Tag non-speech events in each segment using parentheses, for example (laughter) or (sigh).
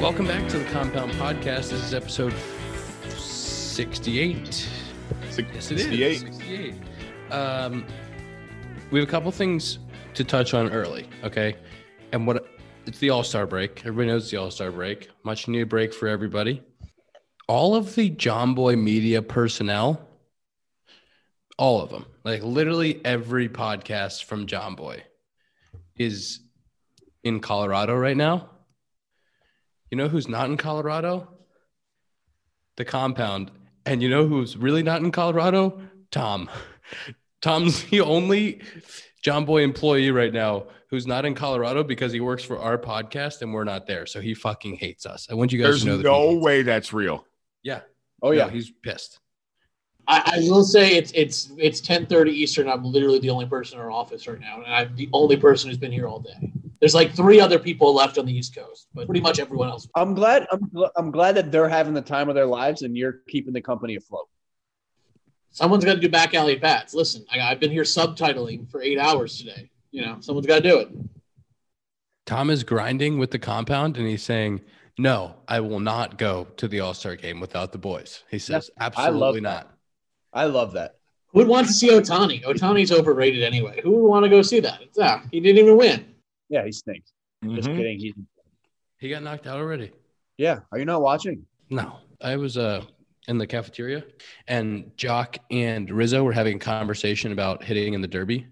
Welcome back to the Compound Podcast. This is episode 68. Six- Yes, it is. 68. 68. Um, we have a couple things to touch on early, okay? And what it's the All Star break. Everybody knows it's the All Star break. Much needed break for everybody. All of the John Boy media personnel, all of them, like literally every podcast from John Boy is in Colorado right now. You know who's not in Colorado? The compound. And you know who's really not in Colorado? Tom. (laughs) Tom's the only John Boy employee right now who's not in Colorado because he works for our podcast and we're not there. So he fucking hates us. I want you guys There's to know that. he no hates- way that's real. Oh No, yeah, he's pissed. I, I will say it's it's it's ten thirty Eastern. I'm literally the only person in our office right now, and I'm the only person who's been here all day. There's like three other people left on the East Coast, but pretty much everyone else. I'm glad. I'm, gl- I'm glad that they're having the time of their lives, and you're keeping the company afloat. Someone's got to do back alley bats. Listen, I, I've been here subtitling for eight hours today. You know, someone's got to do it. Tom is grinding with the compound and he's saying, No, I will not go to the All Star game without the boys. He says, I love Absolutely not. I love that. Who would want to see Otani? Otani's overrated anyway. Who would want to go see that? It's, ah, he didn't even win. Yeah, he stinks. Just Mhm. kidding. He, He got knocked out already. yeah. Are you not watching? No, I was uh, in the cafeteria, and Jock and Rizzo were having a conversation about hitting in the Derby,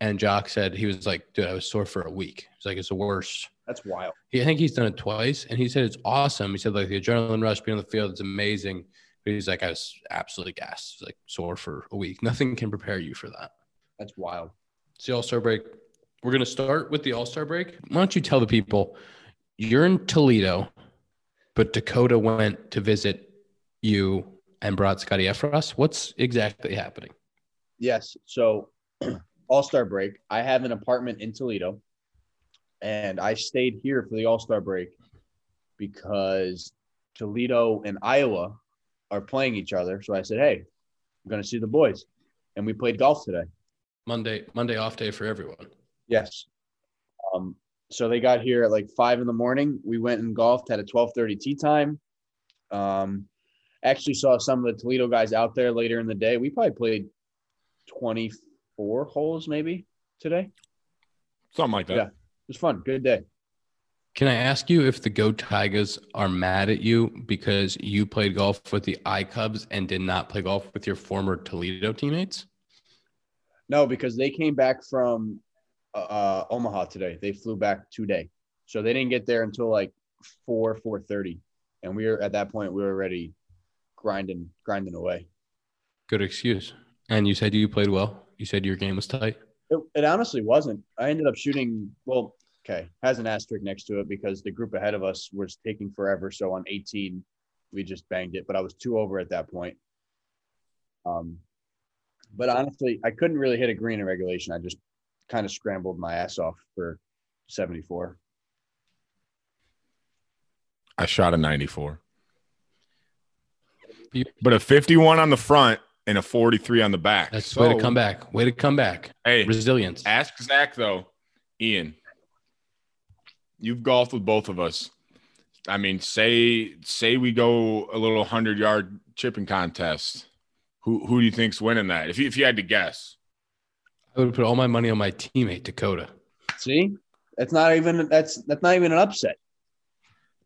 and Jock said he was like, "Dude, I was sore for a week." He's like, "It's the worst." That's wild. He, I think he's done it twice, and he said it's awesome. He said like the adrenaline rush being on the field is amazing. But he's like, I was absolutely gassed, like sore for a week. Nothing can prepare you for that. That's wild. It's the All Star break. We're going to start with the All Star break. Why don't you tell the people you're in Toledo, but Dakota went to visit you and brought Scotty Efros? What's exactly happening? Yes. So, (clears throat) All Star break. I have an apartment in Toledo, and I stayed here for the All Star break because Toledo and Iowa are playing each other. So I said, "Hey, I'm going to see the boys," and we played golf today. Monday, Monday off day for everyone. Yes. Um, so they got here at like five in the morning. We went and golfed, had a twelve thirty tea time. Um, actually saw some of the Toledo guys out there later in the day. We probably played twenty four holes maybe today. It Something like that. Yeah. was fun. Good day. Can I ask you if the Go Tigers are mad at you because you played golf with the I Cubs and did not play golf with your former Toledo teammates? No, because they came back from uh, uh, Omaha today. They flew back today, so they didn't get there until like four four thirty, and we were at that point we were already grinding grinding away. Good excuse. And you said you played well. You said your game was tight. It, it honestly wasn't. I ended up shooting. Well, okay, has an asterisk next to it because the group ahead of us was taking forever. So on 18, we just banged it. But I was two over at that point. Um, but honestly, I couldn't really hit a green in regulation. I just kind of scrambled my ass off for 74. I shot a 94, You- but a 51 on the front and a 43 on the back. That's So, way to come back. Way to come back. Hey, Resilience. ask Zach though, Ian. You've golfed with both of us. I mean, say say we go a little hundred yard chipping contest. Who who do you think's winning that? If you if you had to guess, I would put all my money on my teammate Dakota. See, that's not even that's that's not even an upset.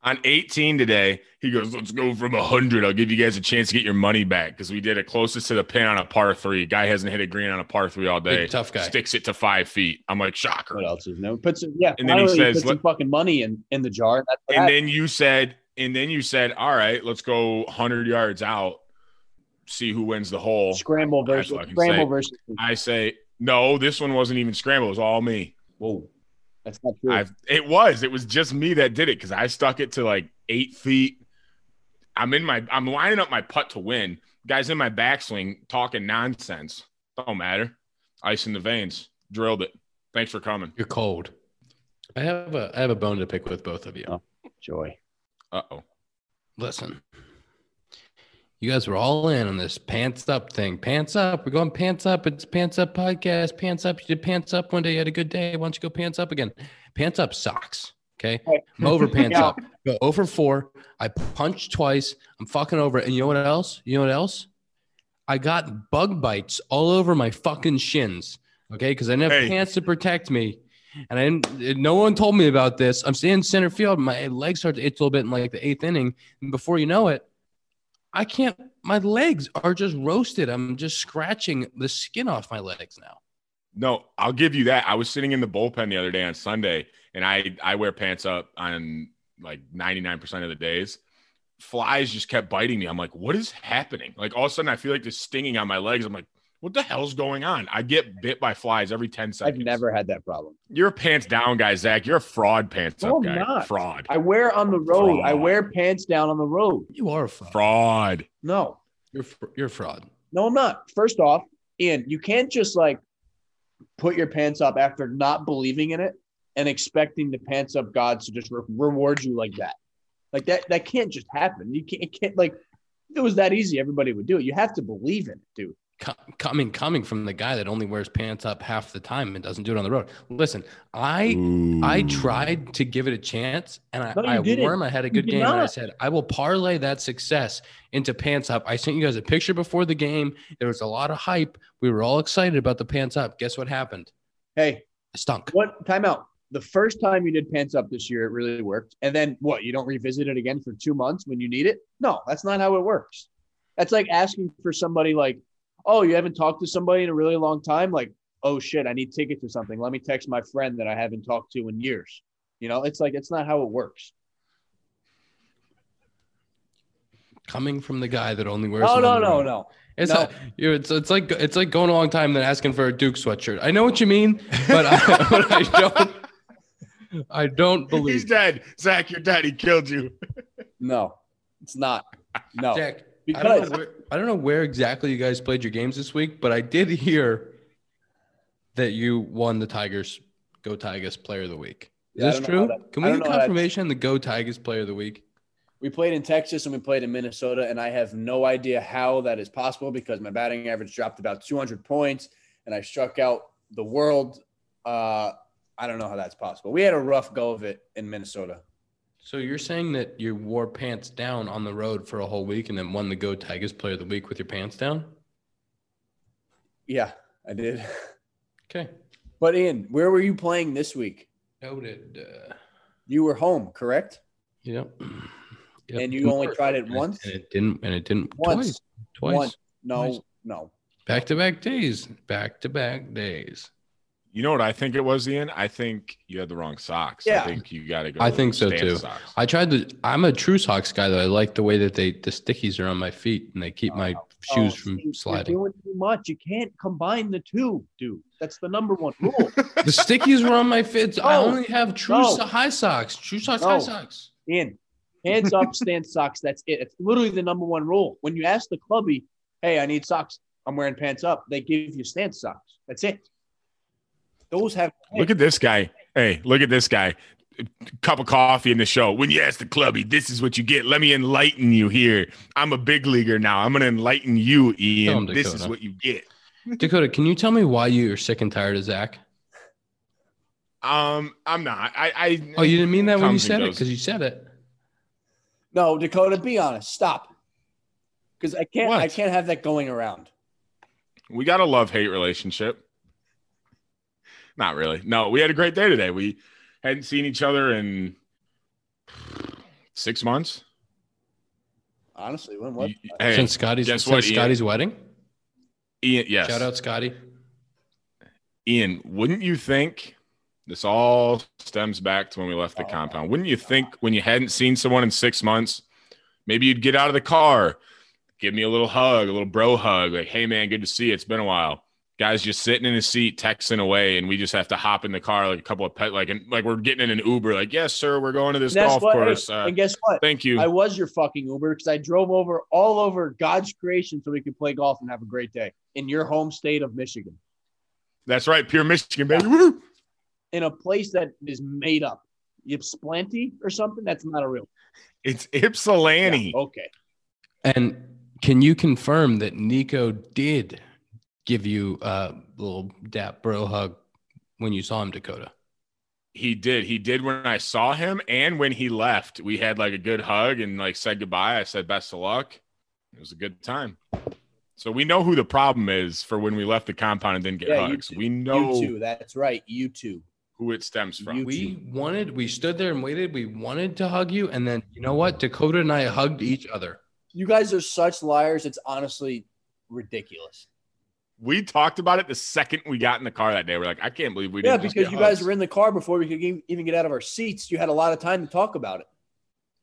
on 18 today, he goes, Let's go from 100. I'll give you guys a chance to get your money back because we did it closest to the pin on a par three. Guy hasn't hit a green on a par three all day. Big tough guy. Sticks it to five feet. I'm like, Shocker. What else is new? Put some yeah. And then he finally says, put some "Let- fucking money in in the jar. That's what And happened. then you said, And then you said, All right, let's go 100 yards out, see who wins the hole. scramble versus what I can scramble say. versus. I say, No, this one wasn't even scramble. It was all me. Whoa, that's not true. I've, it was. It was just me that did it because I stuck it to like eight feet. I'm in my. I'm lining up my putt to win. Guys in my backswing talking nonsense. Don't matter. Ice in the veins. Drilled it. Thanks for coming. You're cold. I have a I have a bone to pick with both of you. Oh. Joy. Uh oh. Listen. You guys were all in on this pants up thing. Pants up. We're going pants up. It's pants up podcast. Pants up. You did pants up one day. You had a good day. Why don't you go pants up again? Pants up socks. Okay. Right. I'm (laughs) over pants Yeah. up. Go over four. I punched twice. I'm fucking over. it. And you know what else? You know what else? I got bug bites all over my fucking shins. Okay. Cause I didn't have Hey. pants to protect me. And I didn't, no one told me about this. I'm standing center field. My legs start to itch a little bit in like the eighth inning. And before you know it, I can't, my legs are just roasted. I'm just scratching the skin off my legs now. No, I'll give you that. I was sitting in the bullpen the other day on Sunday, and I I wear pants up on like 99% of the days. Flies just kept biting me. I'm like, what is happening? Like all of a sudden I feel like this stinging on my legs. I'm like, what the hell's going on? I get bit by flies every 10 I've seconds. never had that problem. you're a pants down guy, Zach. You're a fraud pants No, up I'm guy. not. Fraud. I wear on the road. I Fraud. wear pants down on the road. You are a fraud. fraud. No, You're, fr- you're a fraud. no, I'm not. First off, Ian, you can't just like put your pants up after not believing in it and expecting the pants up gods to just re- reward you like that. Like that, that can't just happen. You can't, it can't like if it was that easy, everybody would do it. You have to believe in it, dude. Co- coming coming from the guy that only wears pants up half the time and doesn't do it on the road. Listen, I I tried to give it a chance and I, No, you I didn't. worm I had a You good did game and I not. said I will parlay that success into pants up. I sent you guys a picture before the game. There was a lot of hype. We were all excited about the pants up. Guess what happened? Hey, I stunk. one timeout. The first time you did pants up this year, it really worked. And then what? You don't revisit it again for two months when you need it? No, that's not how it works. That's like asking for somebody like, oh, you haven't talked to somebody in a really long time. Like, oh shit, I need tickets or something. Let me text my friend that I haven't talked to in years. You know, it's like it's not how it works. Coming from the guy that only wears No, it no, on the no, road. no. It's No. not- you it's it's like it's like going a long time then asking for a Duke sweatshirt. I know what you mean, but I, (laughs) but I don't I (laughs) don't believe He's dead. Zach, your daddy killed you. No, it's not. No. Jack, I don't, Oh. Because know where, I don't know where exactly you guys played your games this week, but I did hear that you won the Tigers Go Tigers Player of the Week. Is Yeah, I this don't know true? how that- Can I we don't get know how that- confirmation the Go Tigers Player of the Week? We played in Texas and we played in Minnesota, and I have no idea how that is possible because my batting average dropped about 200 points and I struck out the world. Uh, I don't know how that's possible. We had a rough go of it in Minnesota. So you're saying that you wore pants down on the road for a whole week and then won the Go Tigers Player of the Week with your pants down? Yeah, I did. (laughs) Okay. But Ian, where were you playing this week? Noted. Uh, You were home, correct? yep. Yep. And you only tried it once? And it didn't. And it didn't. Twice. Once. Twice. Once. No, Nice. no. Back to back days. Back to back days. You know what I think it was, Ian? I think you had the wrong socks. Yeah. I think you got to go. I think so, Stan too. Socks. I tried to. I'm a True Socks guy though. I like the way that they the stickies are on my feet and they keep my shoes Oh, from see, sliding. You're doing too much. You can't combine the two, dude. That's the number one rule. the stickies were on my feet. I No, only have True no. so- High Socks. True Socks High No. Socks. in. Hands (laughs) up, stand socks. That's it. It's literally the number one rule. When you ask the clubby, hey, I need socks. I'm wearing pants up. They give you stand socks. That's it. Those have Look at this guy. Hey, look at this guy. Cup of coffee in the show. When you ask the clubby, this is what you get. Let me enlighten you here. I'm a big leaguer now. I'm going to enlighten you, Tell him, Ian. This Dakota. is what you get. Dakota, can you tell me why you are sick and tired of Zach? Um, I'm not. I, I Oh, you didn't mean that when you Comes and said it goes. because you said it. no Dakota. Be honest. Stop. Because I can't. What? I can't have that going around. we got a love hate relationship. Not really. No, we had a great day today. We hadn't seen each other in six months. Honestly, when what? You- Hey, since Scotty's guess since what, Ian? Scotty's wedding. Ian, yes. Shout out Scotty. Ian, wouldn't you think this all stems back to when we left the Oh. compound? Wouldn't you think when you hadn't seen someone in six months, maybe you'd get out of the car, give me a little hug, a little bro hug, like, hey man, good to see you. It's been a while. Guy's just sitting in his seat, texting away, and we just have to hop in the car like a couple of pet, like, and, like we're getting in an Uber, like, yes, sir, we're going to this That's golf what- course. Uh, and guess what? thank you. I was your fucking Uber because I drove over all over God's creation so we could play golf and have a great day in your home state of Michigan, That's right, pure Michigan, baby. Woo! in a place that is made up. Ypsilanti or something? That's not a real. It's Yeah, Ypsilanti. okay. And can you confirm that Nico did give you a little dap bro hug when you saw him, Dakota? He did. He did when I saw him and when he left. We had like a good hug and like said goodbye. I said best of luck. It was a good time. So we know who the problem is for when we left the compound and didn't get Yeah, you hugs. two. We You know two. That's right. You two. who it stems from. You- We wanted, we stood there and waited. We wanted to hug you. And then, you know what? Dakota and I hugged each other. You guys are such liars. It's honestly ridiculous. we talked about it the second we got in the car that day. We're like, I can't believe we Yeah, didn't. just because get you guys hugs. were in the car before we could e- even get out of our seats. You had a lot of time to talk about it.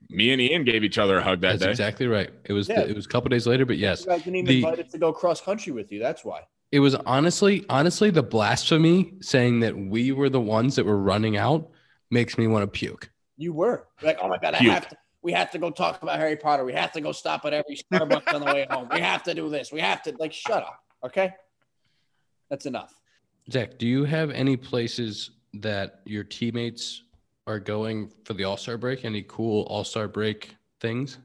Me and Ian gave each other a hug that That's day. exactly right. It was, Yeah. it was a couple days later, but yes, You guys didn't even The- invite us to go cross country with you. That's why. it was honestly, honestly, the blasphemy saying that we were the ones that were running out makes me want to puke. You were You're like, oh my god, I Puke. have to. We have to go talk about Harry Potter. We have to go stop at every Starbucks on the way home. We have to do this. We have to like shut up. Okay, that's enough. Zach, do you have any places that your teammates are going for the All Star break? Any cool All Star break things?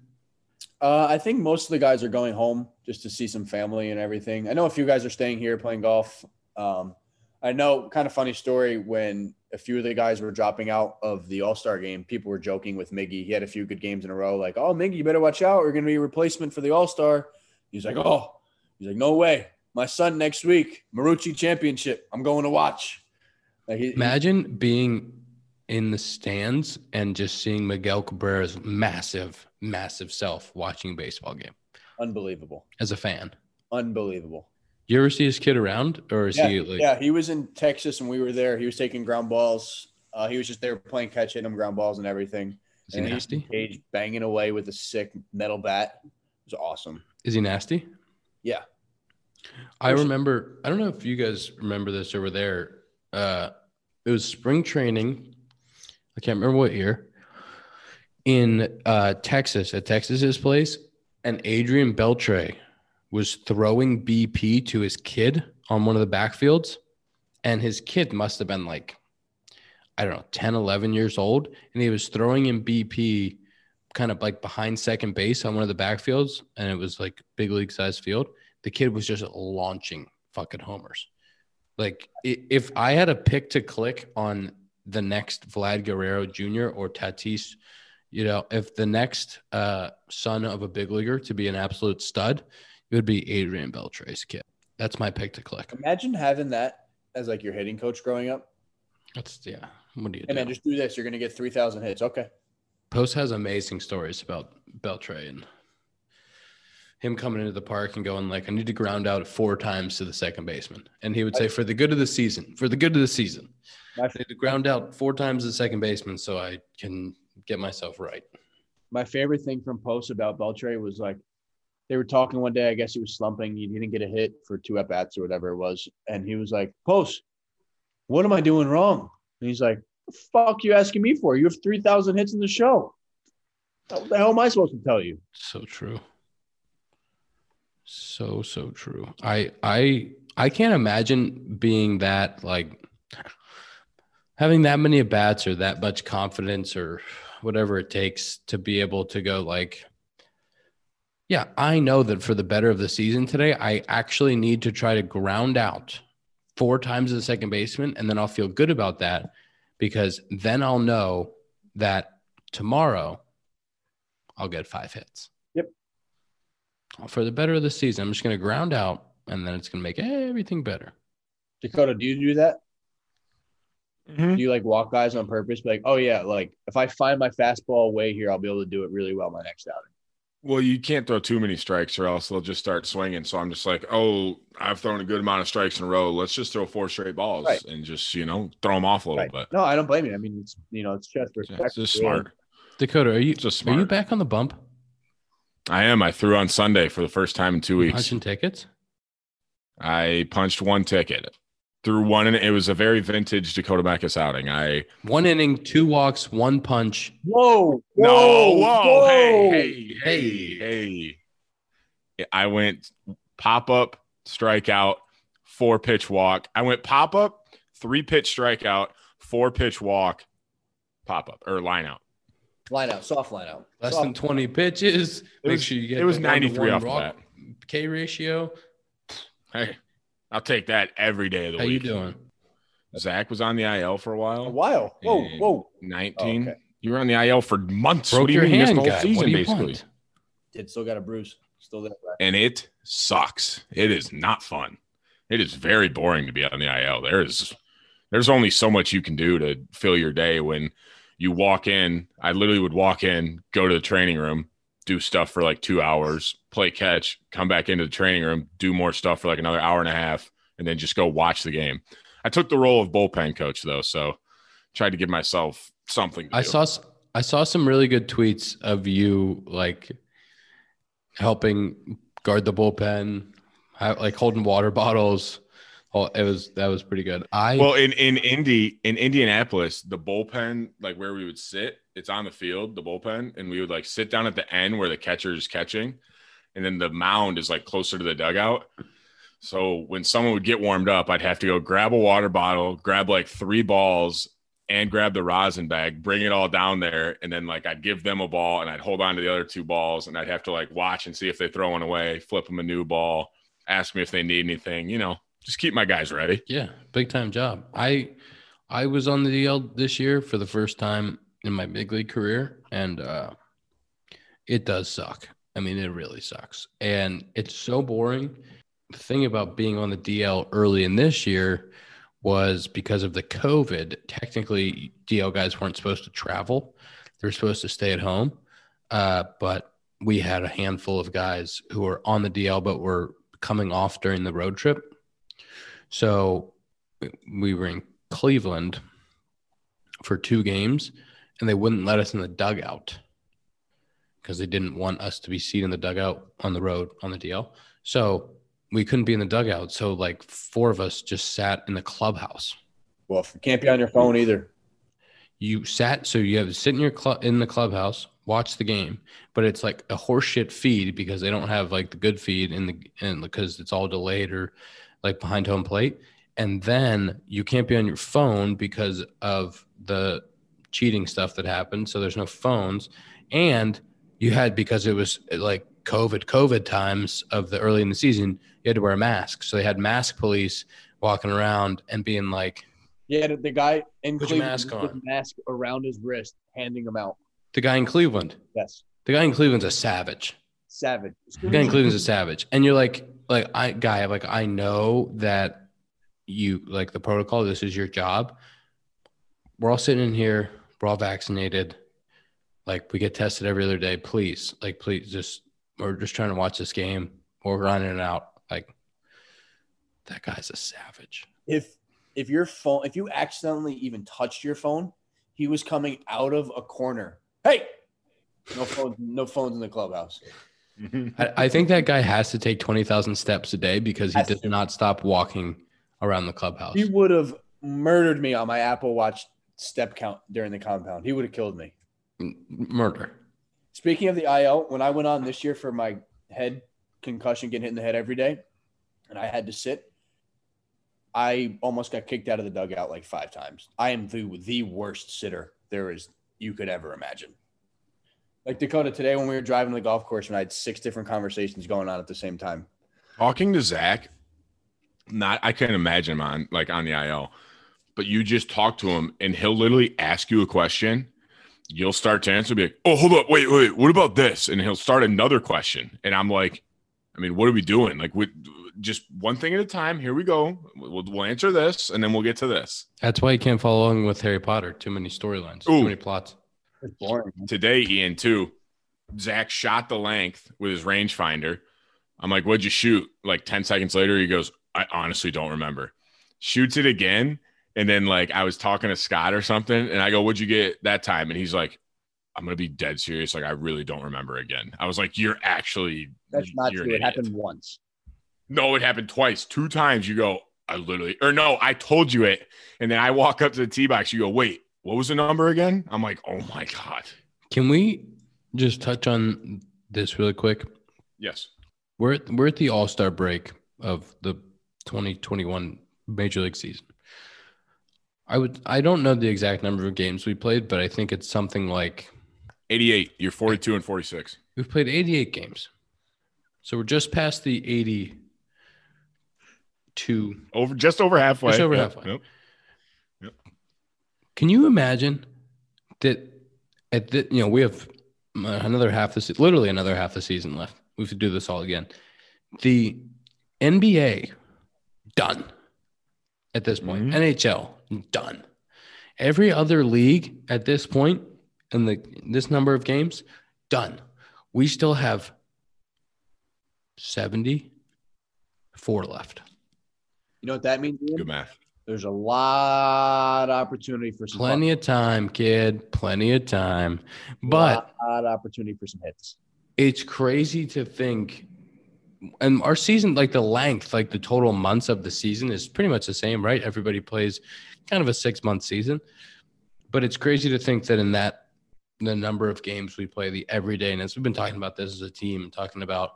Uh, I think most of the guys are going home just to see some family and everything. I know a few guys are staying here playing golf. Um, I know, kind of funny story when a few of the guys were dropping out of the All Star game, people were joking with Miggy. He had a few good games in a row, like, oh, Miggy, you better watch out. We're going to be a replacement for the All Star. He's like, oh, he's like, no way. My son next week, Marucci Championship. I'm going to watch. Like, he, he- Imagine being in the stands and just seeing Miguel Cabrera's massive, massive self watching a baseball game unbelievable. as a fan. Unbelievable. You ever see his kid around, or is he like? yeah, he was in Texas and we were there. He was taking ground balls. Uh, he was just there playing catch, hitting them ground balls and everything. Is he And he's in nasty? Cage banging away with a sick metal bat. It was awesome. Is he nasty? Yeah. I There's- remember, I don't know if you guys remember this over there. Uh, it was spring training. I can't remember what year in uh, Texas at Texas's place. And Adrian Beltre was throwing BP to his kid on one of the backfields. And his kid must have been like, I don't know, 10, 11 years old. And he was throwing in BP kind of like behind second base on one of the backfields, and it was like big league sized field. The kid was just launching fucking homers. Like i- if I had a pick to click on the next Vlad Guerrero Jr. or Tatis, you know, if the next uh, son of a big leaguer to be an absolute stud, it would be Adrian Beltre's kid. That's my pick to click. Imagine having that as like your hitting coach growing up. That's yeah. What do you Hey man, do? just do this. You're gonna get three thousand hits. Okay. Post has amazing stories about Beltray and him coming into the park and going like, "I need to ground out four times to the second baseman," and he would say, "For the good of the season, for the good of the season, I My- need to ground out four times to the second baseman so I can get myself right." My favorite thing from posts about Beltray was like they were talking one day. I guess he was slumping. He didn't get a hit for two at bats or whatever it was, and he was like, "Post, what am I doing wrong?" And he's like, "The fuck, you asking me for? You have three thousand hits in the show. What the hell am I supposed to tell you?" So true. So so true. I I I can't imagine being that like having that many at bats or that much confidence or whatever it takes to be able to go like yeah, I know that for the better of the season today, I actually need to try to ground out four times to the second baseman and then I'll feel good about that because then I'll know that tomorrow I'll get five hits. Yep. For the better of the season, I'm just going to ground out, and then it's going to make everything better. Dakota, do you do that? Mm-hmm. Mhm. Do you like walk guys on purpose? Be like, oh yeah, like if I find my fastball way here, I'll be able to do it really well my next outing. Well, you can't throw too many strikes or else they'll just start swinging. So I'm just like, oh, I've thrown a good amount of strikes in a row. Let's just throw four straight balls Right. and just, you know, throw them off a little bit. No, I don't blame you. I mean, it's you know, it's chess. Yeah, it's Respect. just smart. Dakota, are you It's just are you smart. back on the bump? I am. I threw on Sunday for the first time in two weeks. Punching tickets. I punched one ticket, threw one, and it was a very vintage Dakota Backus outing. I One inning, two walks, one punch. Whoa, whoa, no, whoa, whoa. hey, hey, hey, hey. I went pop up, strikeout, four pitch walk. I went pop up, three pitch strikeout, four pitch walk, pop up or line out. Line out, soft line out. Less Soft- than twenty pitches. Make was- sure you get It was the one to 93 one off the walk bat. K ratio. Hey, I'll take that every day of the How week. you doing? Zach was on the IL for a A while. while. Whoa, And- whoa. 19. Okay. You were on the IL for months. Broke what do you your mean? You missed hand, the whole guy. season, what do you basically. want? It still got a bruise. Still there. right? and it sucks. It is not fun. It is very boring to be on the IL. There is there's only so much you can do to fill your day when you walk in. I literally would walk in, go to the training room, do stuff for like 2 hours, play catch, come back into the training room, do more stuff for like another hour and a half and then just go watch the game. I took the role of bullpen coach though, so tried to give myself something to I do. saw s- I saw some really good tweets of you like helping guard the bullpen, how- like holding water (laughs) bottles. Oh, it was that was pretty good. I Well, in in Indy in Indianapolis, the bullpen, like where we would sit, it's on the field, the bullpen, and we would like sit down at the end where the catcher is catching, and then the mound is like closer to the dugout. So when someone would get warmed up, I'd have to go grab a water bottle, grab like three balls, and grab the rosin bag, bring it all down there, and then like I'd give them a ball, and I'd hold on to the other two balls, and I'd have to like watch and see if they throw one away, flip them a new ball, ask me if they need anything, you know, just keep my guys ready. yeah, big time job. I I was on the DL this year for the first time in my big league career, and uh, it does suck. I mean, it really sucks, and it's so boring. The thing about being on the DL early in this year was because of the COVID. Technically, DL guys weren't supposed to travel; they were supposed to stay at home. Uh, but we had a handful of guys who were on the DL but were coming off during the road trip. So we were in Cleveland for two games, and they wouldn't let us in the dugout because they didn't want us to be seen in the dugout on the road on the DL. So we couldn't be in the dugout. So like four of us just sat in the clubhouse. Well, if you can't be on your phone either. You sat, so you have to sit in your club in the clubhouse, watch the game, but it's like a horseshit feed because they don't have like the good feed in the and because it's all delayed or like behind home plate. And then you can't be on your phone because of the cheating stuff that happened. So there's no phones. And you had because it was like COVID, COVID times of the early in the season, you had to wear a mask. So they had mask police walking around and being like, Yeah, the- the guy in Put your Cleveland mask with on. a mask around his wrist, handing him out. the guy in Cleveland, Yes, the guy in Cleveland's a savage. savage. As The soon guy in as- Cleveland's a savage. And you're like, like I guy, like I know that you like the protocol, this is your job. We're all sitting in here, we're all vaccinated. Like we get tested every other day. Please, like please just we're just trying to watch this game. We're running it out. Like that guy's a savage. if if your phone, if you accidentally even touched your phone, he was coming out of a corner. Hey, no phones, no phones in the clubhouse. I, I think that guy has to take twenty thousand steps a day because he Has does to. not stop walking around the clubhouse. He would have murdered me on my Apple Watch step count during the compound. He would have killed me. M- Murder. Speaking of the IL, when I went on this year for my head concussion, getting hit in the head every day, and I had to sit, I almost got kicked out of the dugout like five times. I am the the worst sitter there is you could ever imagine. Like Dakota today, when we were driving to the golf course, and I had six different conversations going on at the same time. Talking to Zach, not I can't imagine him on like on the IL, but you just talk to him and he'll literally ask you a question. You'll start to answer, be like, "Oh, hold up, wait, wait, what about this?" And he'll start another question, and I'm like, "I mean, what are we doing? Like, we just one thing at a time. Here we go. We'll, we'll answer this, and then we'll get to this." That's why you can't follow along with Harry Potter. Too many storylines, Ooh. too many plots. It's boring. man. today, Ian, too. Zach shot the length with his rangefinder. I'm like, what'd you shoot? Like 10 seconds later, he goes, I honestly don't remember. Shoots it again. And then, like, I was talking to Scott or something, and I go, what'd you get that time? And he's like, I'm going to be dead serious. Like, I really don't remember again. I was like, you're actually, That's not you're true. an idiot. It happened once. No, it happened twice. Two times you go, I literally, or no, I told you it. And then I walk up to the tee box. You go, wait, what was the number again? I'm like, oh my God. Can we just touch on this really quick? Yes. We're at, we're at the All Star break of the 2021 Major League season. I would I don't know the exact number of games we played, but I think it's something like 88. You're 42 and 46. we've played 88 games, so we're just past the 82. Over just over halfway. Just over Yep, halfway. yep. Can you imagine that at the, you know, we have another half the se- literally another half the season left. We have to do this all again. The NBA done at this point. Mhm. NHL done. Every other league at this point and the this number of games done. We still have 74 left. You know what that means? Ian? Good math. There's a lot of opportunity for some Plenty of time, kid. Plenty of time. But lot of opportunity for some hits. it's crazy to think and our season like the length like the total months of the season is pretty much the same right everybody plays kind of a six month season but it's crazy to think that in that the number of games we play the everydayness we've been talking about this as a team talking about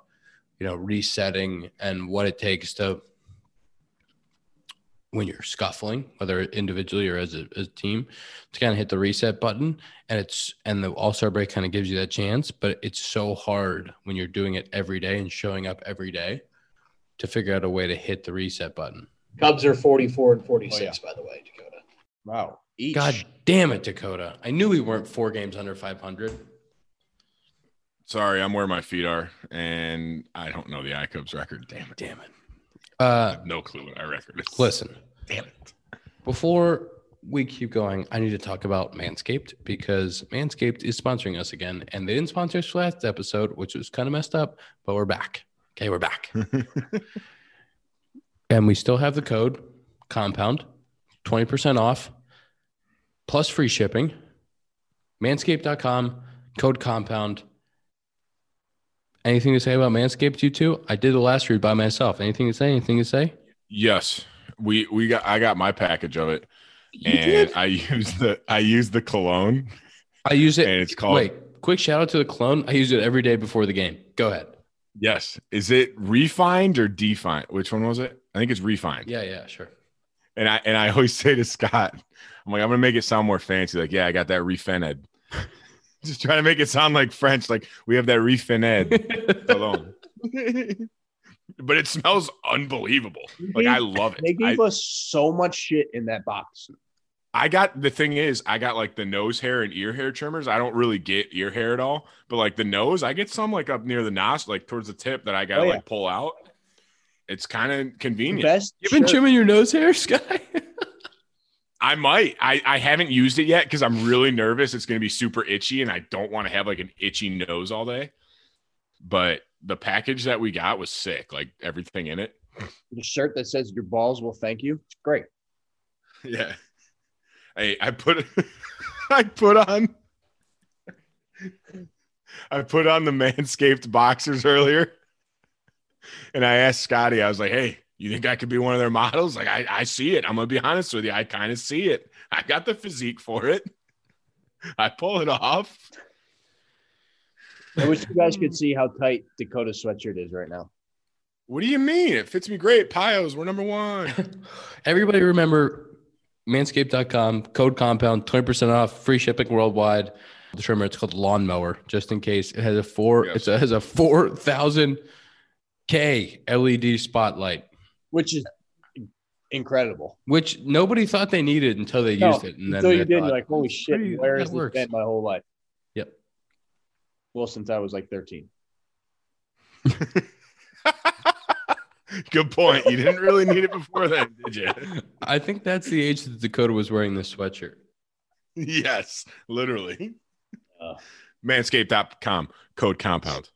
you know resetting and what it takes to when you're scuffling whether individually or as a, as a team to kind of hit the reset button and it's and the All Star break kind of gives you that chance, but it's so hard when you're doing it every day and showing up every day to figure out a way to hit the reset button. Cubs are 44 and 46, by the way, Dakota. Wow. Each. God damn it, Dakota! I knew we weren't four games under 500. Sorry, I'm where my feet are, and I don't know the iCubs record. Damn it. Damn it. Uh, No clue what our record is. listen, Damn it. before we keep going, I need to talk about Manscaped because Manscaped is sponsoring us again, and they didn't sponsor us last episode, which was kind of messed up. But we're back. Okay, we're back. (laughs) And we still have the code compound 20% off plus free shipping. Manscaped.com, code compound. Anything to say about Manscaped, you two? I did the last read by myself. Anything to say? Anything to say? Yes, we we got. I got my package of it, You and I used the I used the cologne, I use and it. it's called. Wait, quick shout out to the clone. I use it every day before the game. Go ahead. Yes, is it refined or defined? Which one was it? I think it's refined. Yeah, yeah, (laughs) sure. And I and I always (laughs) say to Scott, I'm like, I'm gonna make it sound more fancy. Like, yeah, I got that refined. (laughs) Just trying to make it sound like French. Like we have that refined (laughs) cologne. but it smells unbelievable. Like I love They it. I, gave us so much shit in that box. I got the thing is I got like the nose hair and ear hair trimmers. I don't really get ear hair at all, but like the nose, I get some like up near the nos, like towards the tip that I gotta Oh, yeah. like pull out. It's kind of The convenient. best. You've been shirt- trimming your nose hair, (laughs) Sky? I might. I, I haven't used it yet because I'm really nervous. It's going to be super itchy, and I don't want to have like an itchy nose all day. But the package that we got was sick. Like everything in it. the shirt that says your balls will thank you. It's great. Yeah. Hey, I put (laughs) I put on I put on the manscaped boxers earlier. And I asked Scotty, I was like, hey, you think I could be one of their models? Like, I, I see it. I'm gonna be honest with you. I kind of see it. I got the physique for it. I pull it off. I wish you guys Mm. could see how tight Dakota's sweatshirt is right now. What do you mean? It fits me great. Pios, we're number one. (laughs) Everybody remember manscaped.com, code compound, 20% off, free shipping worldwide. The trimmer, it's called lawnmower, just in case. It has a four, Yes. it's a, has a 4,000 K LED spotlight, which is incredible. which nobody thought they needed until they No, used it. And then so you they did, you're thought, like, holy "That's shit, pretty- where that has this works." been my whole life? Yep. Well, since I was like 13. Good point. You didn't really need it before then, did you? (laughs) I think that's the age that Dakota was wearing this sweatshirt. (laughs) Yes, literally. Uh. Manscaped.com, code compound.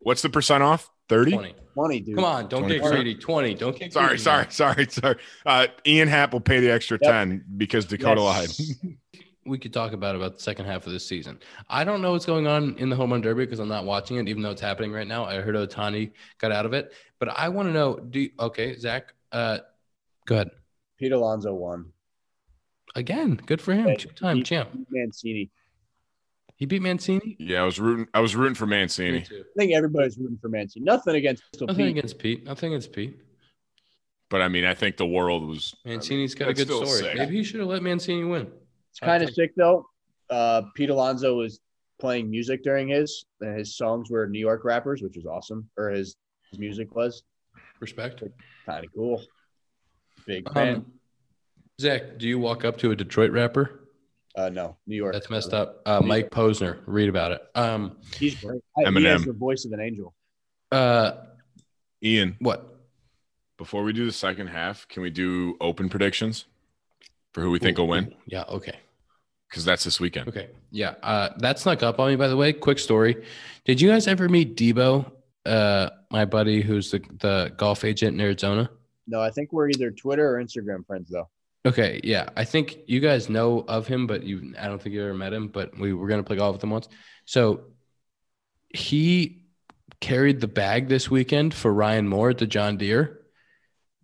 What's the percent off? 30? 20. Funny, dude. Come on, don't get 20%. greedy. 20. Don't get Sorry, greedy, sorry, man. sorry, sorry. Uh, Ian Happ will pay the extra Yep. 10 because Dakota Yes. lied. (laughs) We could talk about about the second half of this season. I don't know what's going on in the home run derby because I'm not watching it, even though it's happening right now. I heard Otani got out of it, but I want to know. Do you, okay, Zach. Uh, go ahead Pete Alonso won. again. Good for him. Hey, Two time he- champ. Mancini. He beat Mancini. Yeah, I was rooting I was rooting for Me Mancini. too. I think everybody's rooting for Mancini. Nothing against Pistol Nothing Pete. against Pete. Nothing against Pete. But I mean, I think the world was Mancini's got a that's good still story. sick. Maybe he should have let Mancini win. It's kind Okay. of sick though. Uh, Pete Alonso was playing music during his, and his songs were New York rappers, which was awesome, or his, his music was Respect. kind of cool. Big fan. Um, Zach, do you walk up to a Detroit rapper? Uh, no, New York. That's messed up. Uh, Mike Posner, read about it. Um, He's great. I- He Eminem. has the voice of an angel. uh, Ian, what? before we do the second half, can we do open predictions for who we think will win? Yeah. Okay. Because that's this weekend. Okay. Yeah. Uh, that snuck up on me, by the way. Quick story. Did you guys ever meet Debo, uh, my buddy who's the, the golf agent in Arizona? No, I think we're either Twitter or Instagram friends though. Okay, yeah, I think you guys know of him, but you I don't think you ever met him. But we were gonna play golf with him once. So he carried the bag this weekend for Ryan Moore at the John Deere.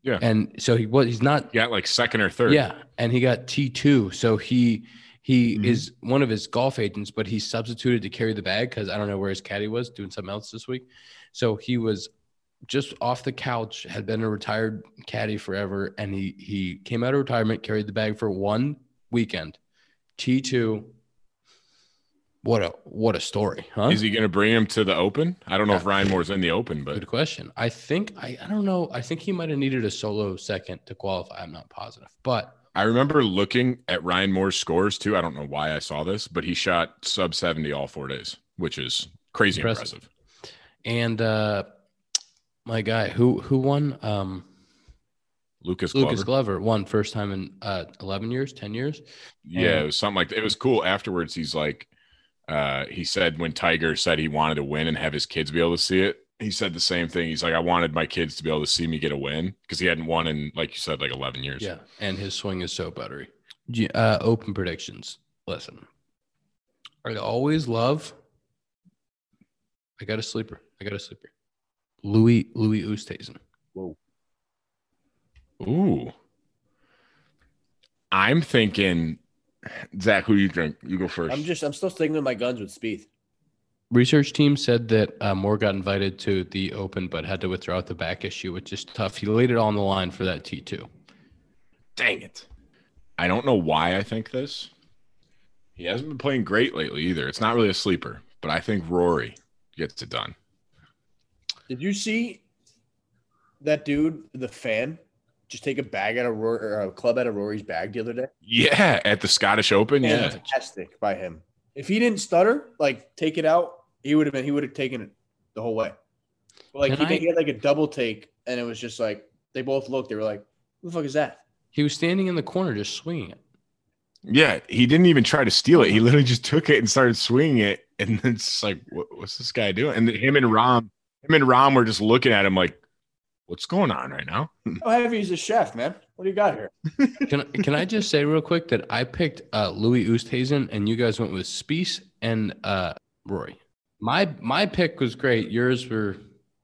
Yeah. and so he was. He's not. Yeah, like second or third. Yeah, and he got T two. So he he Mhm. is one of his golf agents, but he substituted to carry the bag because I don't know where his caddy was doing something else this week. So he was just off the couch, had been a retired caddy forever, and he he came out of retirement, carried the bag for one weekend. T two. What a what a story, huh? Is he going to bring him to the open? I don't know if Ryan Moore's in the open, but Good question. I think I, I don't know. I think he might have needed a solo second to qualify. I'm not positive, but I remember looking at Ryan Moore's scores too. I don't know why I saw this, but he shot sub 70 all four days, which is crazy Impressive. impressive. and uh my guy who who won um Lucas Glover. lucas glover won first time in uh 11 years 10 years yeah, and- it was something like that. It was cool. Afterwards, he's like, uh, he said when Tiger said he wanted to win and have his kids be able to see it, he said the same thing. He's like, I wanted my kids to be able to see me get a win because he hadn't won in, like you said, like 11 years. yeah and his swing is so buttery G- uh open predictions listen i always love i got a sleeper i got a sleeper louis louis oosthuizen Whoa. Ooh. I'm thinking, Zach, who you think? You go 1st I'm just I'm still sticking with my guns with Spieth. research team said that uh, moore got invited to the open but had to withdraw with the back issue which is tough he laid it on the line for that t2 Dang it. I don't know why I think this. He hasn't been playing great lately either. It's not really a sleeper, but I think Rory gets it done. Did you see that dude, the fan, just take a bag out of Rory, or a club out of Rory's bag the other day? Yeah, at the Scottish Open. Yeah. Fantastic by him. If he didn't stutter, like take it out, he would have been he would have taken it the whole way. But like And he, did- I- he had like a double take, and it was just like they both looked. They were like, "Who the fuck is that?" he was standing in the corner just swinging it Yeah. He didn't even try to steal it. He literally just took it and started swinging it. And then it's just like, what, what's this guy doing? And then him and Rom, him and Rom were just looking at him like, what's going on right now? How heavy is this chef, man? What do you got here? Can I- can I just say real quick that I picked uh, Louis Oosthuizen and you guys went with Spieth and uh, Rory. My my pick was great. Yours were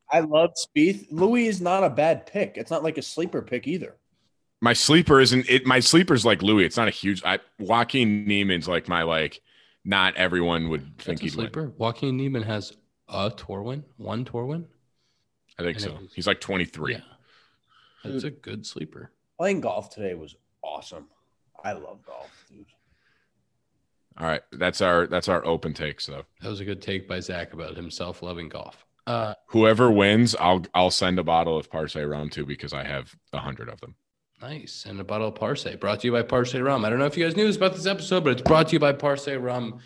I love Spieth. Louis is not a bad pick. It's not like a sleeper pick either. my sleeper isn't it my sleeper's like Louis. It's not a huge I Joaquin Neiman's like my like not everyone would that's think a he'd win. sleeper. Joaquin Neiman has a tour win, one tour win. I think And so. it was- He's like 23. Yeah, that's a good sleeper. Playing golf today was awesome. I love golf, dude. All right, that's our that's our open take. So That was a good take by Zach about himself loving golf. Uh, whoever wins, I'll I'll send a bottle of Parse Rum to because I have a hundred of them. nice. And a bottle of Parse brought to you by Parse Rum. I don't know if you guys knew this about this episode, but it's brought to you by Parse Rum.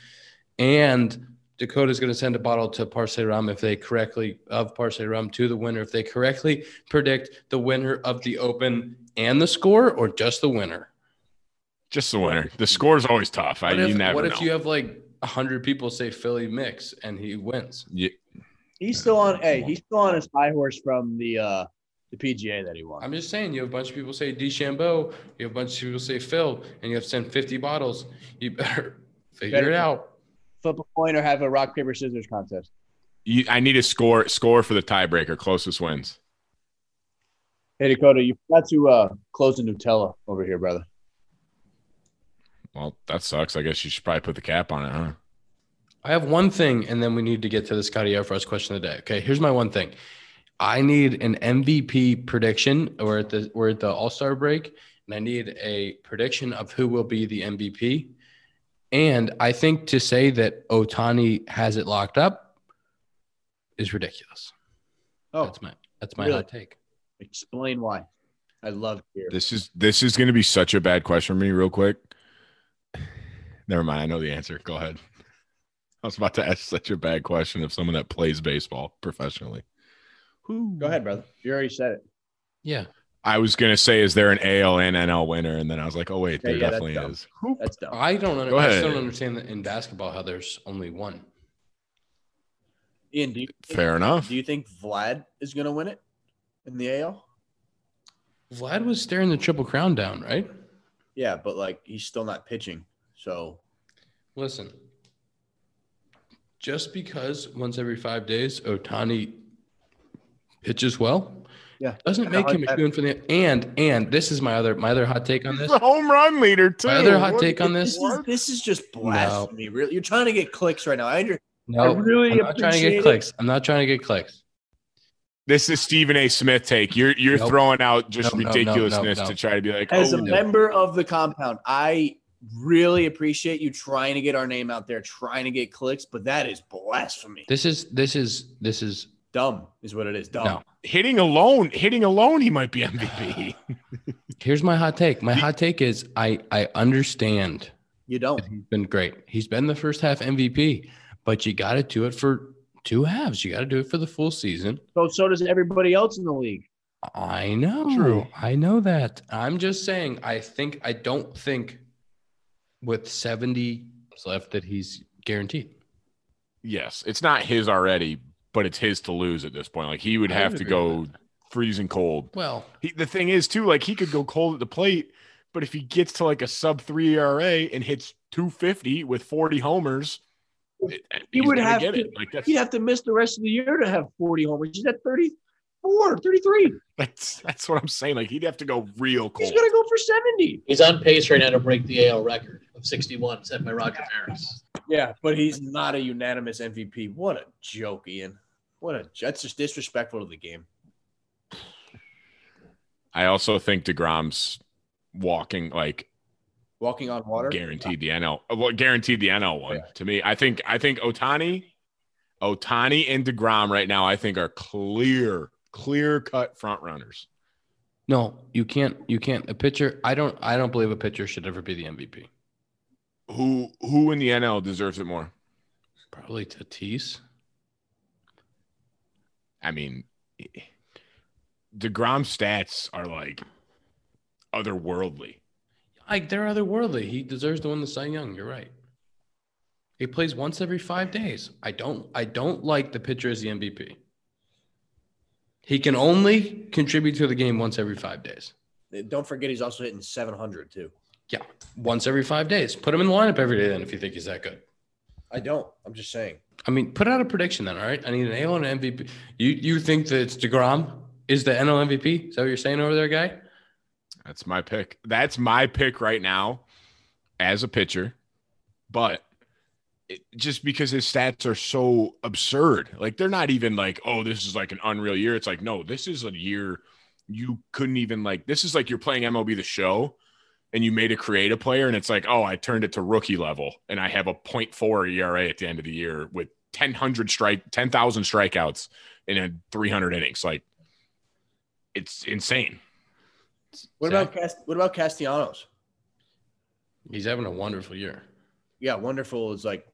And Dakota's going to send a bottle to Parse Rum if they correctly of Parse Rum to the winner if they correctly predict the winner of the Open and the score or just the winner. Just the winner. The score's always tough. I What if, you never what know. if you have like hundred people say Philly mix and he wins? Ye- He's still on. Hey, he's still on his high horse from the uh the PGA that he won. I'm just saying you have a bunch of people say DeChambeau, you have a bunch of people say Phil, and you have to send fifty bottles. You better (laughs) figure Better- it out. Flip a coin or have a rock paper scissors contest. you- I need a score score for the tiebreaker. Closest wins. Hey Dakota, you forgot to uh, close the Nutella over here, brother. Well, that sucks. I guess you should probably put the cap on it, huh? I have one thing, and then we need to get to the Scotty Airfrost question of the day. Okay, here's my one thing. I need an MVP prediction. We're at the we're at the All Star break, and I need a prediction of who will be the MVP. And I think to say that Otani has it locked up is ridiculous. Oh, that's my that's my really? hot take. explain why. I love to hear. This is this is going to be such a bad question for me, real quick. (sighs) Never mind. I know the answer. Go ahead. I was about to ask such a bad question of someone that plays baseball professionally. Go ahead, brother. You already said it. Yeah. I was gonna say, is there an AL and NL winner? And then I was like, oh wait, Yeah, there yeah, that's definitely dumb. is. That's dumb. I don't, under- Go I ahead. still don't understand that in basketball how there's only one. Ian, do you think, Fair enough. do you think Vlad is going to win it in the AL? Vlad was staring the triple crown down, right? Yeah, but like he's still not pitching. So Listen, just because once every five days Otani pitches well, Yeah. doesn't make him I- a for the and and this is my other my other hot take on He's this. the home run leader too. My other hot What- take on this this. is this is just blasphemy. Really, you're trying to get clicks right now. I under- No, I really I'm not trying to appreciate get it. clicks. I'm not trying to get clicks. This is Stephen A. Smith take. You're you're Nope. throwing out just No, no, no, no, ridiculousness no. to try to be like, as oh, a member of the compound, I really appreciate you trying to get our name out there, trying to get clicks, but that is blasphemy. This is this is this is Dumb is what it is. Dumb. No. hitting alone, hitting alone, he might be MVP. here's my hot take. My hot take is I I understand You don't. that he's been great. He's been the first half MVP, but you got to do it for two halves. You got to do it for the full season. So so does everybody else in the league. I know. True. I know that. I'm just saying. I think. I don't think with 70 left that he's guaranteed. yes, it's not his already, but it's his to lose at this point. Like he would I have would to agree with go freezing cold. Well, He, the thing is too, like he could go cold at the plate, but if he gets to like a sub three ERA and hits 250 with 40 homers, it- He he's would gonna have get to- it. Like that's, He'd have to miss the rest of the year to have 40 homers. He's at 34, 33. (laughs) that's that's what I'm saying. Like he'd have to go real He's cold. gonna go for 70. He's on pace right now to break the AL record of 61 set by Roger Maris. Yeah, but he's not a unanimous MVP. What a joke, Ian. What a that's just disrespectful to the game. I also think Degrom's walking like Walking on water. guaranteed the NL. uh, Well, guaranteed the NL one to me. I think I think Otani, Otani and Degrom right now. I think are clear, clear cut front runners. no, you can't. You can't. A pitcher. I don't. I don't believe a pitcher should ever be the MVP. Who who in the NL deserves it more? Probably Tatis. I mean, Degrom stats are like otherworldly. Like they're otherworldly. He deserves to win the Cy Young. You're right. He plays once every five days. I don't. I don't like the pitcher as the MVP. He can only contribute to the game once every five days. Don't forget he's also hitting 700 too. once every five days. Put him in the lineup every day then if you think he's that good. I don't. I'm just saying. I mean, put out a prediction then, all right? I need an AL and an MVP. You you think that it's DeGrom is the NL MVP? Is that what you're saying over there, guy? That's my pick. That's my pick right now as a pitcher. But it, just because his stats are so absurd, like they're not even like, oh, this is like an unreal year. It's like, no, this is a year you couldn't even like, this is like you're playing MLB the show and you made a creative player and it's like, oh, I turned it to rookie level and I have a 0.4 ERA at the end of the year with 1,000 strike, 10,000 strikeouts in a 300 innings. Like it's insane. What Zach? about Cast- what about Castellanos? He's having a wonderful year. Yeah, wonderful is like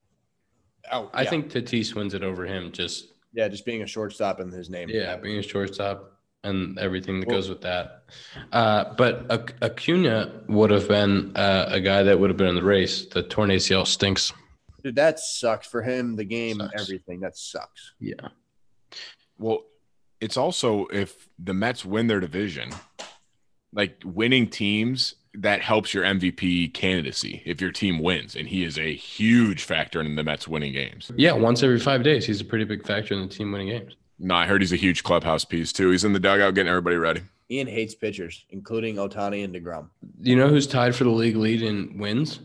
out. I yeah. think Tatis wins it over him. Just yeah, just being a shortstop in his name. yeah, being a shortstop and everything that Well- goes with that. Uh, but Ac- Acuna would have been uh, a guy that would have been in the race. The torn ACL stinks. Dude, that sucks for him. The game, Sucks. everything that sucks. Yeah. Well, it's also if the Mets win their division, like winning teams, that helps your MVP candidacy if your team wins. And he is a huge factor in the Mets winning games. Yeah, once every five days. He's a pretty big factor in the team winning games. No, I heard he's a huge clubhouse piece too. He's in the dugout getting everybody ready. Ian hates pitchers, including Otani and Degrom. You know who's tied for the league lead in wins?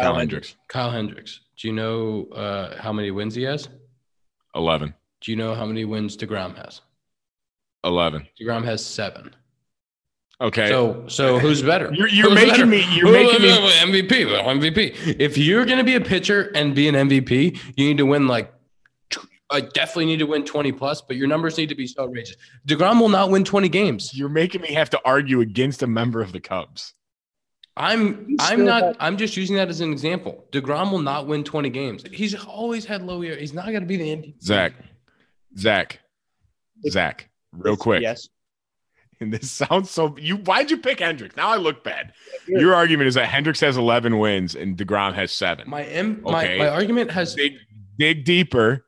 Kyle Kyle Hendricks, Kyle Hendricks. Do you know uh, how many wins he has? 11. Do you know how many wins DeGrom has? 11. DeGrom has seven. Okay. So, so who's better? (laughs) you're you're Who's making better? me, you're Who- making who- me. who- MVP. well, MVP. If you're going to be a pitcher and be an MVP, you need to win like. tw- I definitely need to win 20 plus, but your numbers need to be so outrageous. DeGrom will not win 20 games. You're making me have to argue against a member of the Cubs. I'm He's I'm still not got- I'm just using that as an example. DeGrom will not win 20 games. He's always had low ERA. He's not going to be the MVP. Zach, Zach, Zach, real quick. Yes. And this sounds so. You why'd you pick Hendricks? Now I look bad. Your argument is that Hendricks has 11 wins and Degrom has seven. My M my, Okay. my argument has dig, dig deeper,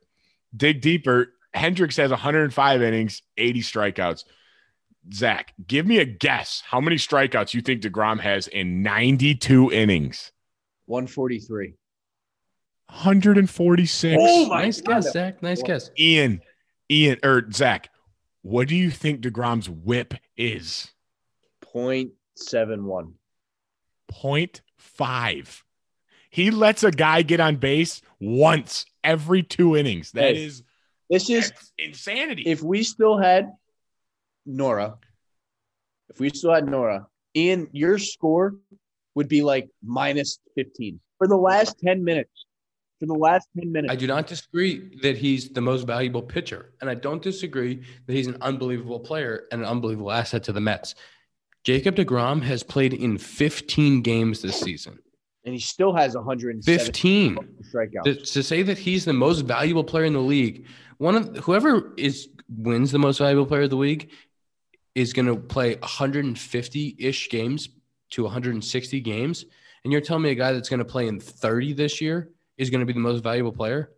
dig deeper. Hendricks has 105 innings, 80 strikeouts. Zach, give me a guess. How many strikeouts you think Degrom has in 92 innings? 143. 146. Oh my nice God. guess, Zach. Nice guess. Ian, Ian, or Zach, what do you think Degrom's whip is? 0.71. 0.5. He lets a guy get on base once every two innings. That Hey, is This is that's insanity. if we still had Nora. If we still had Nora, Ian, your score would be like minus 15 for the last 10 minutes. For the last 10 minutes. I do not disagree that he's the most valuable pitcher, and I don't disagree that he's an unbelievable player and an unbelievable asset to the Mets. Jacob DeGrom has played in 15 games this season. and he still has 170 15. strikeouts. To, to say that he's the most valuable player in the league, one of whoever is wins the most valuable player of the league is going to play 150 ish games to 160 games, and you're telling me a guy that's going to play in 30 this year is going to be the most valuable player?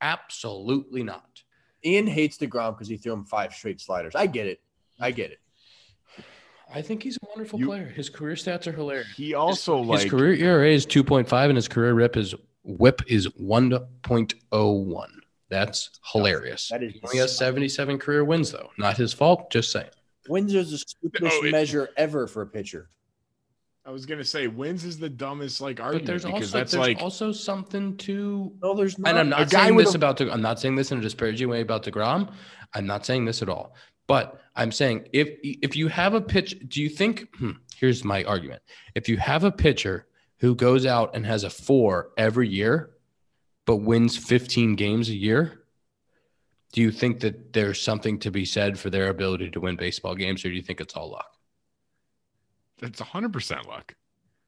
Absolutely not. Ian hates DeGrom because he threw him five straight sliders. I get it. I get it. I think he's a wonderful You- player. His career stats are hilarious. he also His like career ERA is 2.5 and his career rip is whip is 1.01. That's hilarious. That is He only has 77 career wins, though. Not his fault. Just saying. wins is the stupidest Oh, it- measure ever for a pitcher. I was gonna say wins is the dumbest like But argument there's because also that's there's like also something to. No, there's not. And I'm a not guy saying with this a- about. De- I'm not saying this in a disparaging way about Degrom. I'm not saying this at all. But I'm saying if if you have a pitch, do you think? Hmm, here's my argument. If you have a pitcher who goes out and has a four every year, but wins 15 games a year, do you think that there's something to be said for their ability to win baseball games, or do you think it's all luck? that's hundred percent luck.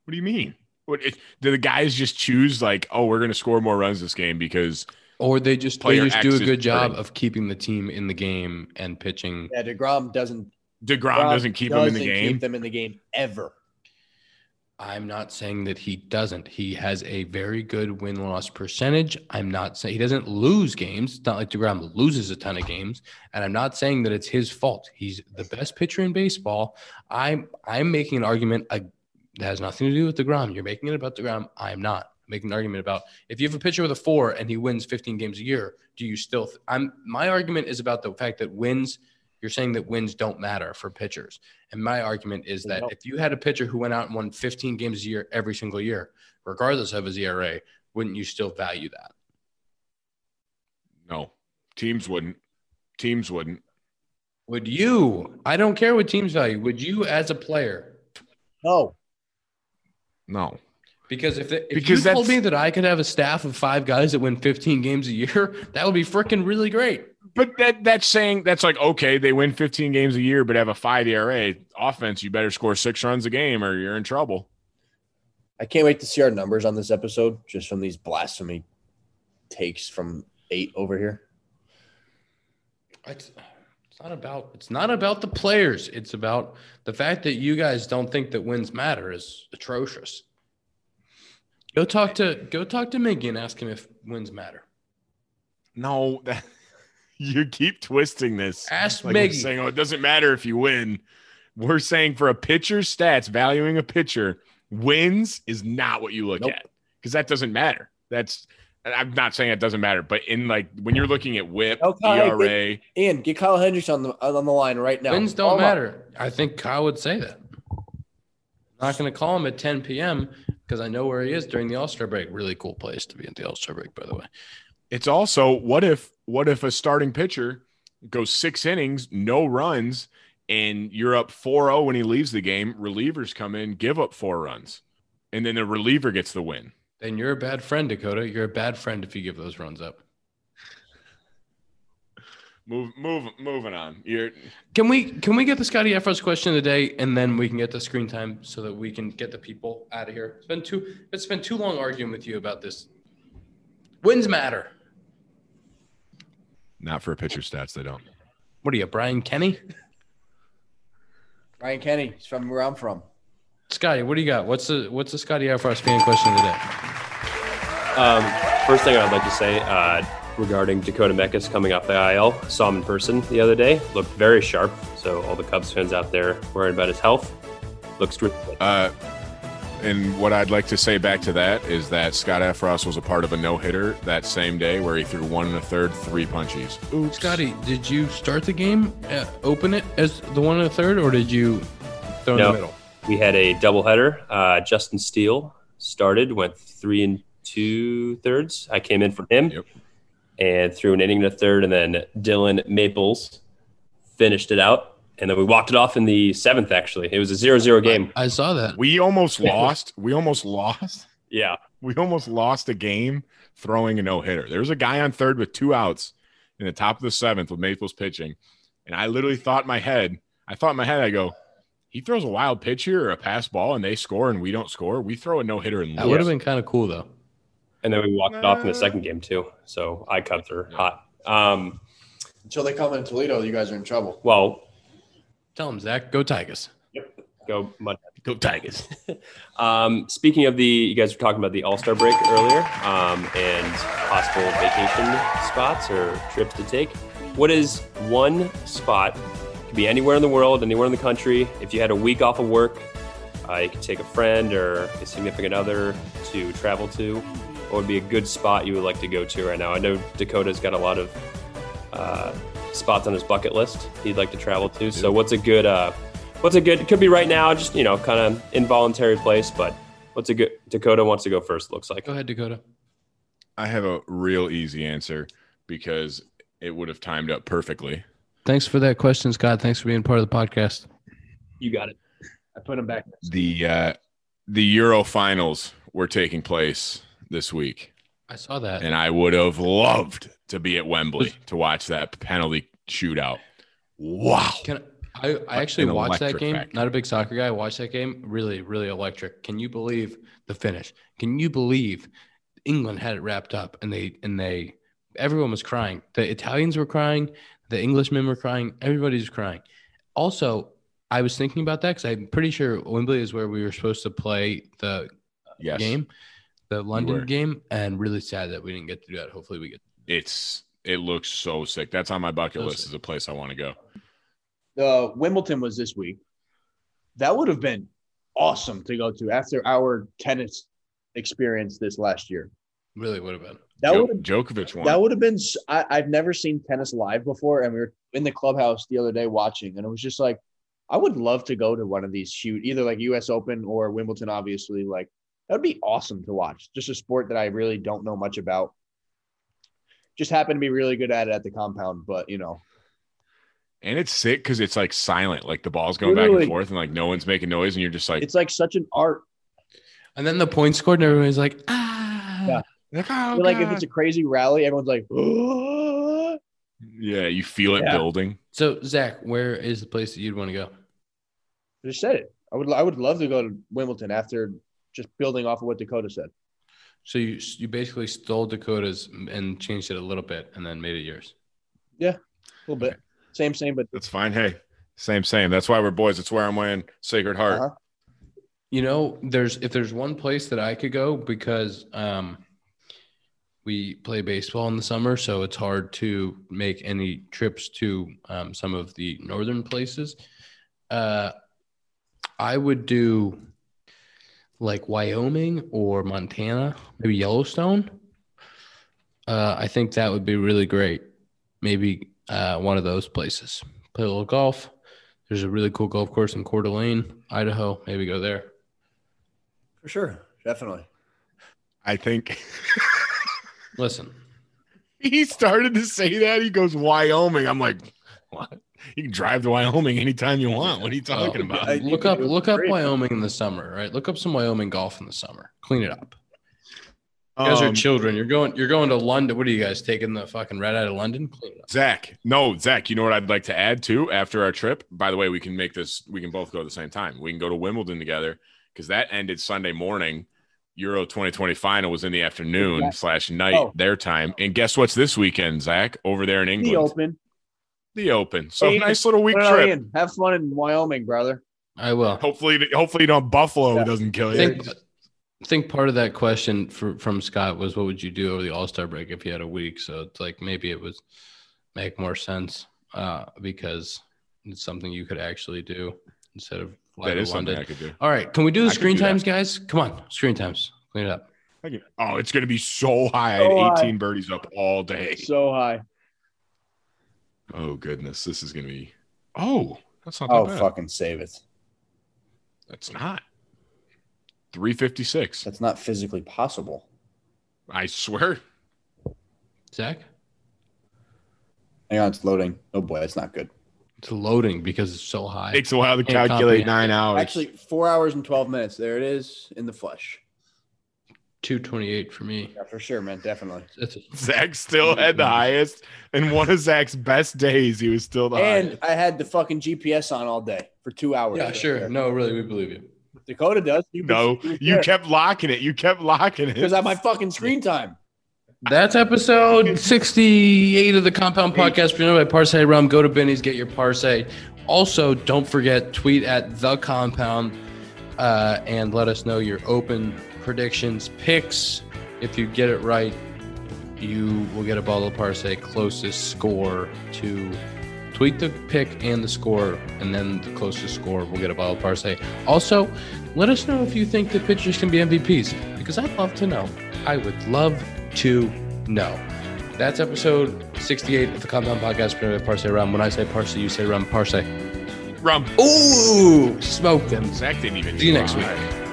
What do you mean? What it, do the guys just choose like, oh, we're gonna score more runs this game because Or they just Player they just X do a is good job hurting. of keeping the team in the game and pitching. Yeah, Degrom doesn't. Degrom Degrom doesn't keep him in the doesn't game? Keep them in the game ever. I'm not saying that he doesn't. He has a very good win loss percentage. I'm not saying he doesn't lose games. It's not like Degrom loses a ton of games, and I'm not saying that it's his fault. He's the best pitcher in baseball. I'm I'm making an argument uh, that has nothing to do with Degrom. You're making it about Degrom. I'm not I'm making an argument about if you have a pitcher with a four and he wins 15 games a year. Do you still? Th- I'm my argument is about the fact that wins. You're saying that wins don't matter for pitchers. And my argument is They that don't. if you had a pitcher who went out and won 15 games a year every single year, regardless of his ERA, wouldn't you still value that? No, teams wouldn't. Teams wouldn't. Would you? I don't care what teams value. Would you as a player? No, No, Because if, the, if Because you told that's- me that I could have a staff of five guys that win 15 games a year, (laughs) that would be freaking really great. but that that's saying that's like okay, they win 15 games a year, but have a five ERA offense. You better score six runs a game, or you're in trouble. I can't wait to see our numbers on this episode, just from these blasphemy takes from eight over here. It's, it's not about it's not about the players. It's about the fact that you guys don't think that wins matter is atrocious. Go talk to go talk to Miggy and ask him if wins matter. No, that, (laughs) you keep twisting this. Ask Like we're Miggy. saying, oh, it doesn't matter if you win. We're saying for a pitcher's stats, valuing a pitcher, wins is not what you look Nope. at because that doesn't matter. That's and I'm not saying that doesn't matter, but in like when you're looking at WHIP, E Okay, good. ERA, Ian, get Kyle Hendricks on the on the line right now. wins don't Call him up. matter. I think Kyle would say that. I'm not going to call him at 10 p.m. because I know where he is during the All Star break. Really cool place to be at the All Star break, by the way. it's also what if what if a starting pitcher goes six innings, no runs, and you're up 4-0 when he leaves the game. Relievers come in, give up four runs, and then the reliever gets the win. Then you're a bad friend, Dakota. You're a bad friend if you give those runs up. Move, move, moving on. You're Can we can we get the Scotty Efros question of the day and then we can get the screen time so that we can get the people out of here? It's been too it's been too long arguing with you about this. Wins matter. not for pitcher stats. They don't. What are you, Brian Kenny? (laughs) Ryan Kenny, he's from where I'm from. Scotty, what do you got? What's the what's the Scotty Efros fan question of the day? Um, first thing I'd like to say uh, regarding Dakota Mekas coming off the IL, saw him in person the other day. Looked very sharp. So all the Cubs fans out there worried about his health. Looks good. Uh, and what I'd like to say back to that is that Scott Efros was a part of a no hitter that same day where he threw one and a third, three punchies. Oops. Scotty, did you start the game, uh, open it as the one and the third, or did you throw in No. the middle? We had a doubleheader. Uh, Justin Steele started, went three and two thirds. I came in for him Yep. and threw an inning to third, and then Dylan Maples finished it out. And then we walked it off in the seventh, actually. It was a zero-zero game. I saw that. We almost (laughs) lost. We almost lost. Yeah. We almost lost a game throwing a no hitter. There was a guy on third with two outs in the top of the seventh with Maples pitching. And I literally thought in my head, I thought in my head, I go, he throws a wild pitch here or a pass ball and they score and we don't score. We throw a no hitter and That lose. would have been kind of cool, though. And then we walked it off in Nah. the second game too. So I Cubs are hot. Um, Until they come in Toledo, you guys are in trouble. well, Tell him, Zach, go Tigers. go Mud. Go Tigers. (laughs) Um, speaking of the, you guys were talking about the All Star break earlier, um, and possible vacation spots or trips to take. What is one spot? Could be anywhere in the world, anywhere in the country. If you had a week off of work, uh, you could take a friend or a significant other to travel to. What would be a good spot you would like to go to right now? I know Dakota's got a lot of uh, spots on his bucket list he'd like to travel to. So what's a good uh, what's a good it could be right now, just you know, kind of involuntary place, but what's a good Dakota wants to go first, looks like. Go ahead, Dakota. I have a real easy answer because it would have timed up perfectly. Thanks for that question, Scott. Thanks for being part of the podcast. You got it. I put him back. The uh, the Euro finals were taking place this week, I saw that. and I would have loved to be at Wembley to watch that penalty shootout. Wow. Can I, I actually An watched that electric game. factor. Not a big soccer guy. I watched that game. Really, really electric. Can you believe the finish? Can you believe England had it wrapped up and they and they everyone was crying. The Italians were crying. The Englishmen were crying. Everybody's crying. Also, I was thinking about that because I'm pretty sure Wembley is where we were supposed to play the Yes. game, the were. London game, and really sad that we didn't get to do that. Hopefully, we get. It's it looks so sick. That's on my bucket So list sick. is a place I want to go. uh, Wimbledon was this week. That would have been awesome to go to after our tennis experience this last year. Really would have been. That Jo- would have Djokovic won. that would have been. s- I, have never seen tennis live before, and we were in the clubhouse the other day watching, and it was just like, I would love to go to one of these shoot, either like U.S. Open or Wimbledon. Obviously, like that would be awesome to watch. Just a sport that I really don't know much about. Just happen to be really good at it at the compound, but you know, and it's sick because it's like silent, like the ball's going back Literally. and forth, and like no one's making noise, and you're just like, it's like such an art And then the points scored, and everybody's like, ah. Yeah. like, oh, feel like if God. it's a crazy rally, everyone's like, (gasps) "Ah." yeah, you feel it Yeah. building. So Zach, where is the place that you'd want to go? I just said it. I would I would love to go to Wimbledon after just building off of what Dakota said. So you you basically stole Dakota's and changed it a little bit, and then made it yours. A little bit. Same, same, but That's fine. Hey, same, same. That's why we're boys. That's where I'm wearing Sacred Heart. Uh-huh. You know, there's if there's one place that I could go because um, we play baseball in the summer, so it's hard to make any trips to um, some of the northern places. Uh, I would do like Wyoming or Montana, maybe Yellowstone. Uh, I think that would be really great. Maybe uh, one of those places. Play a little golf. There's a really cool golf course in Coeur d'Alene, Idaho. Maybe go there. for sure, definitely. I think (laughs) Listen, he started to say that. He goes Wyoming. I'm like, what? You can drive to Wyoming anytime you want. What are you talking uh, about? Oh, I- look up look up Great. Wyoming in the summer, right? Look up some Wyoming golf in the summer. Clean it up. You guys are Um, children. You're going. You're going to London. What are you guys taking the fucking red eye to London? Clean it up. Zach, no, Zach, you know what I'd like to add too after our trip? By the way, we can make this, we can both go at the same time. We can go to Wimbledon together because that ended Sunday morning. Euro 2020 final was in the afternoon Yeah. slash night, Oh. their time. And guess what's this weekend, Zach, over there in England? The open. The Open. So Hey, nice little week Put it all trip. in. Have fun in Wyoming, brother. I will. Hopefully, hopefully, you don't Buffalo Yeah. doesn't kill I you. think, I think part of that question for, from Scott was, "What would you do over the All Star break if you had a week?" So it's like maybe it would make more sense uh, because it's something you could actually do instead of flying that to is something London. I could do. All right, can we do the I could screen do that. times, guys? Come on, screen times. Clean it up. I could- Oh, it's going to be so high. So I had high. 18 birdies up all day. So high. Oh, goodness. This is going to be. Oh, that's not that Oh, bad. fucking save it. That's not. 356. That's not physically possible. I swear. Zach, Hang on, it's loading. Oh boy, that's not good. it's loading because it's so high. Takes a while to Can't calculate comprehend. nine hours. Actually, four hours and twelve minutes. There it is in the flesh. Two twenty eight for me. Yeah, for sure, man. Definitely. That's a, (laughs) Zach still had the highest. And one of Zach's best days, he was still the And highest. I had the fucking GPS on all day for two hours. yeah, sure. No, really, we believe you. Dakota does. You No, you kept locking it. You kept locking it. because I my fucking screen time. That's episode 68 of the Compound Podcast presented by Parsay Rum. Go to Benny's, get your Parsay. Also, don't forget, tweet at The Compound uh, and let us know your open predictions, picks. If you get it right, you will get a bottle of Parsay closest score to tweet the pick and the score, and then the closest score will get a bottle of Parsay. Also, let us know if you think the pitchers can be MVPs because I'd love to know. I would love to know. That's episode 68 of the Compound Podcast presented by Parse Rum. When I say Parse, you say Rum Parse. Rum. Ooh, smoke them. Zach didn't even. See you next try.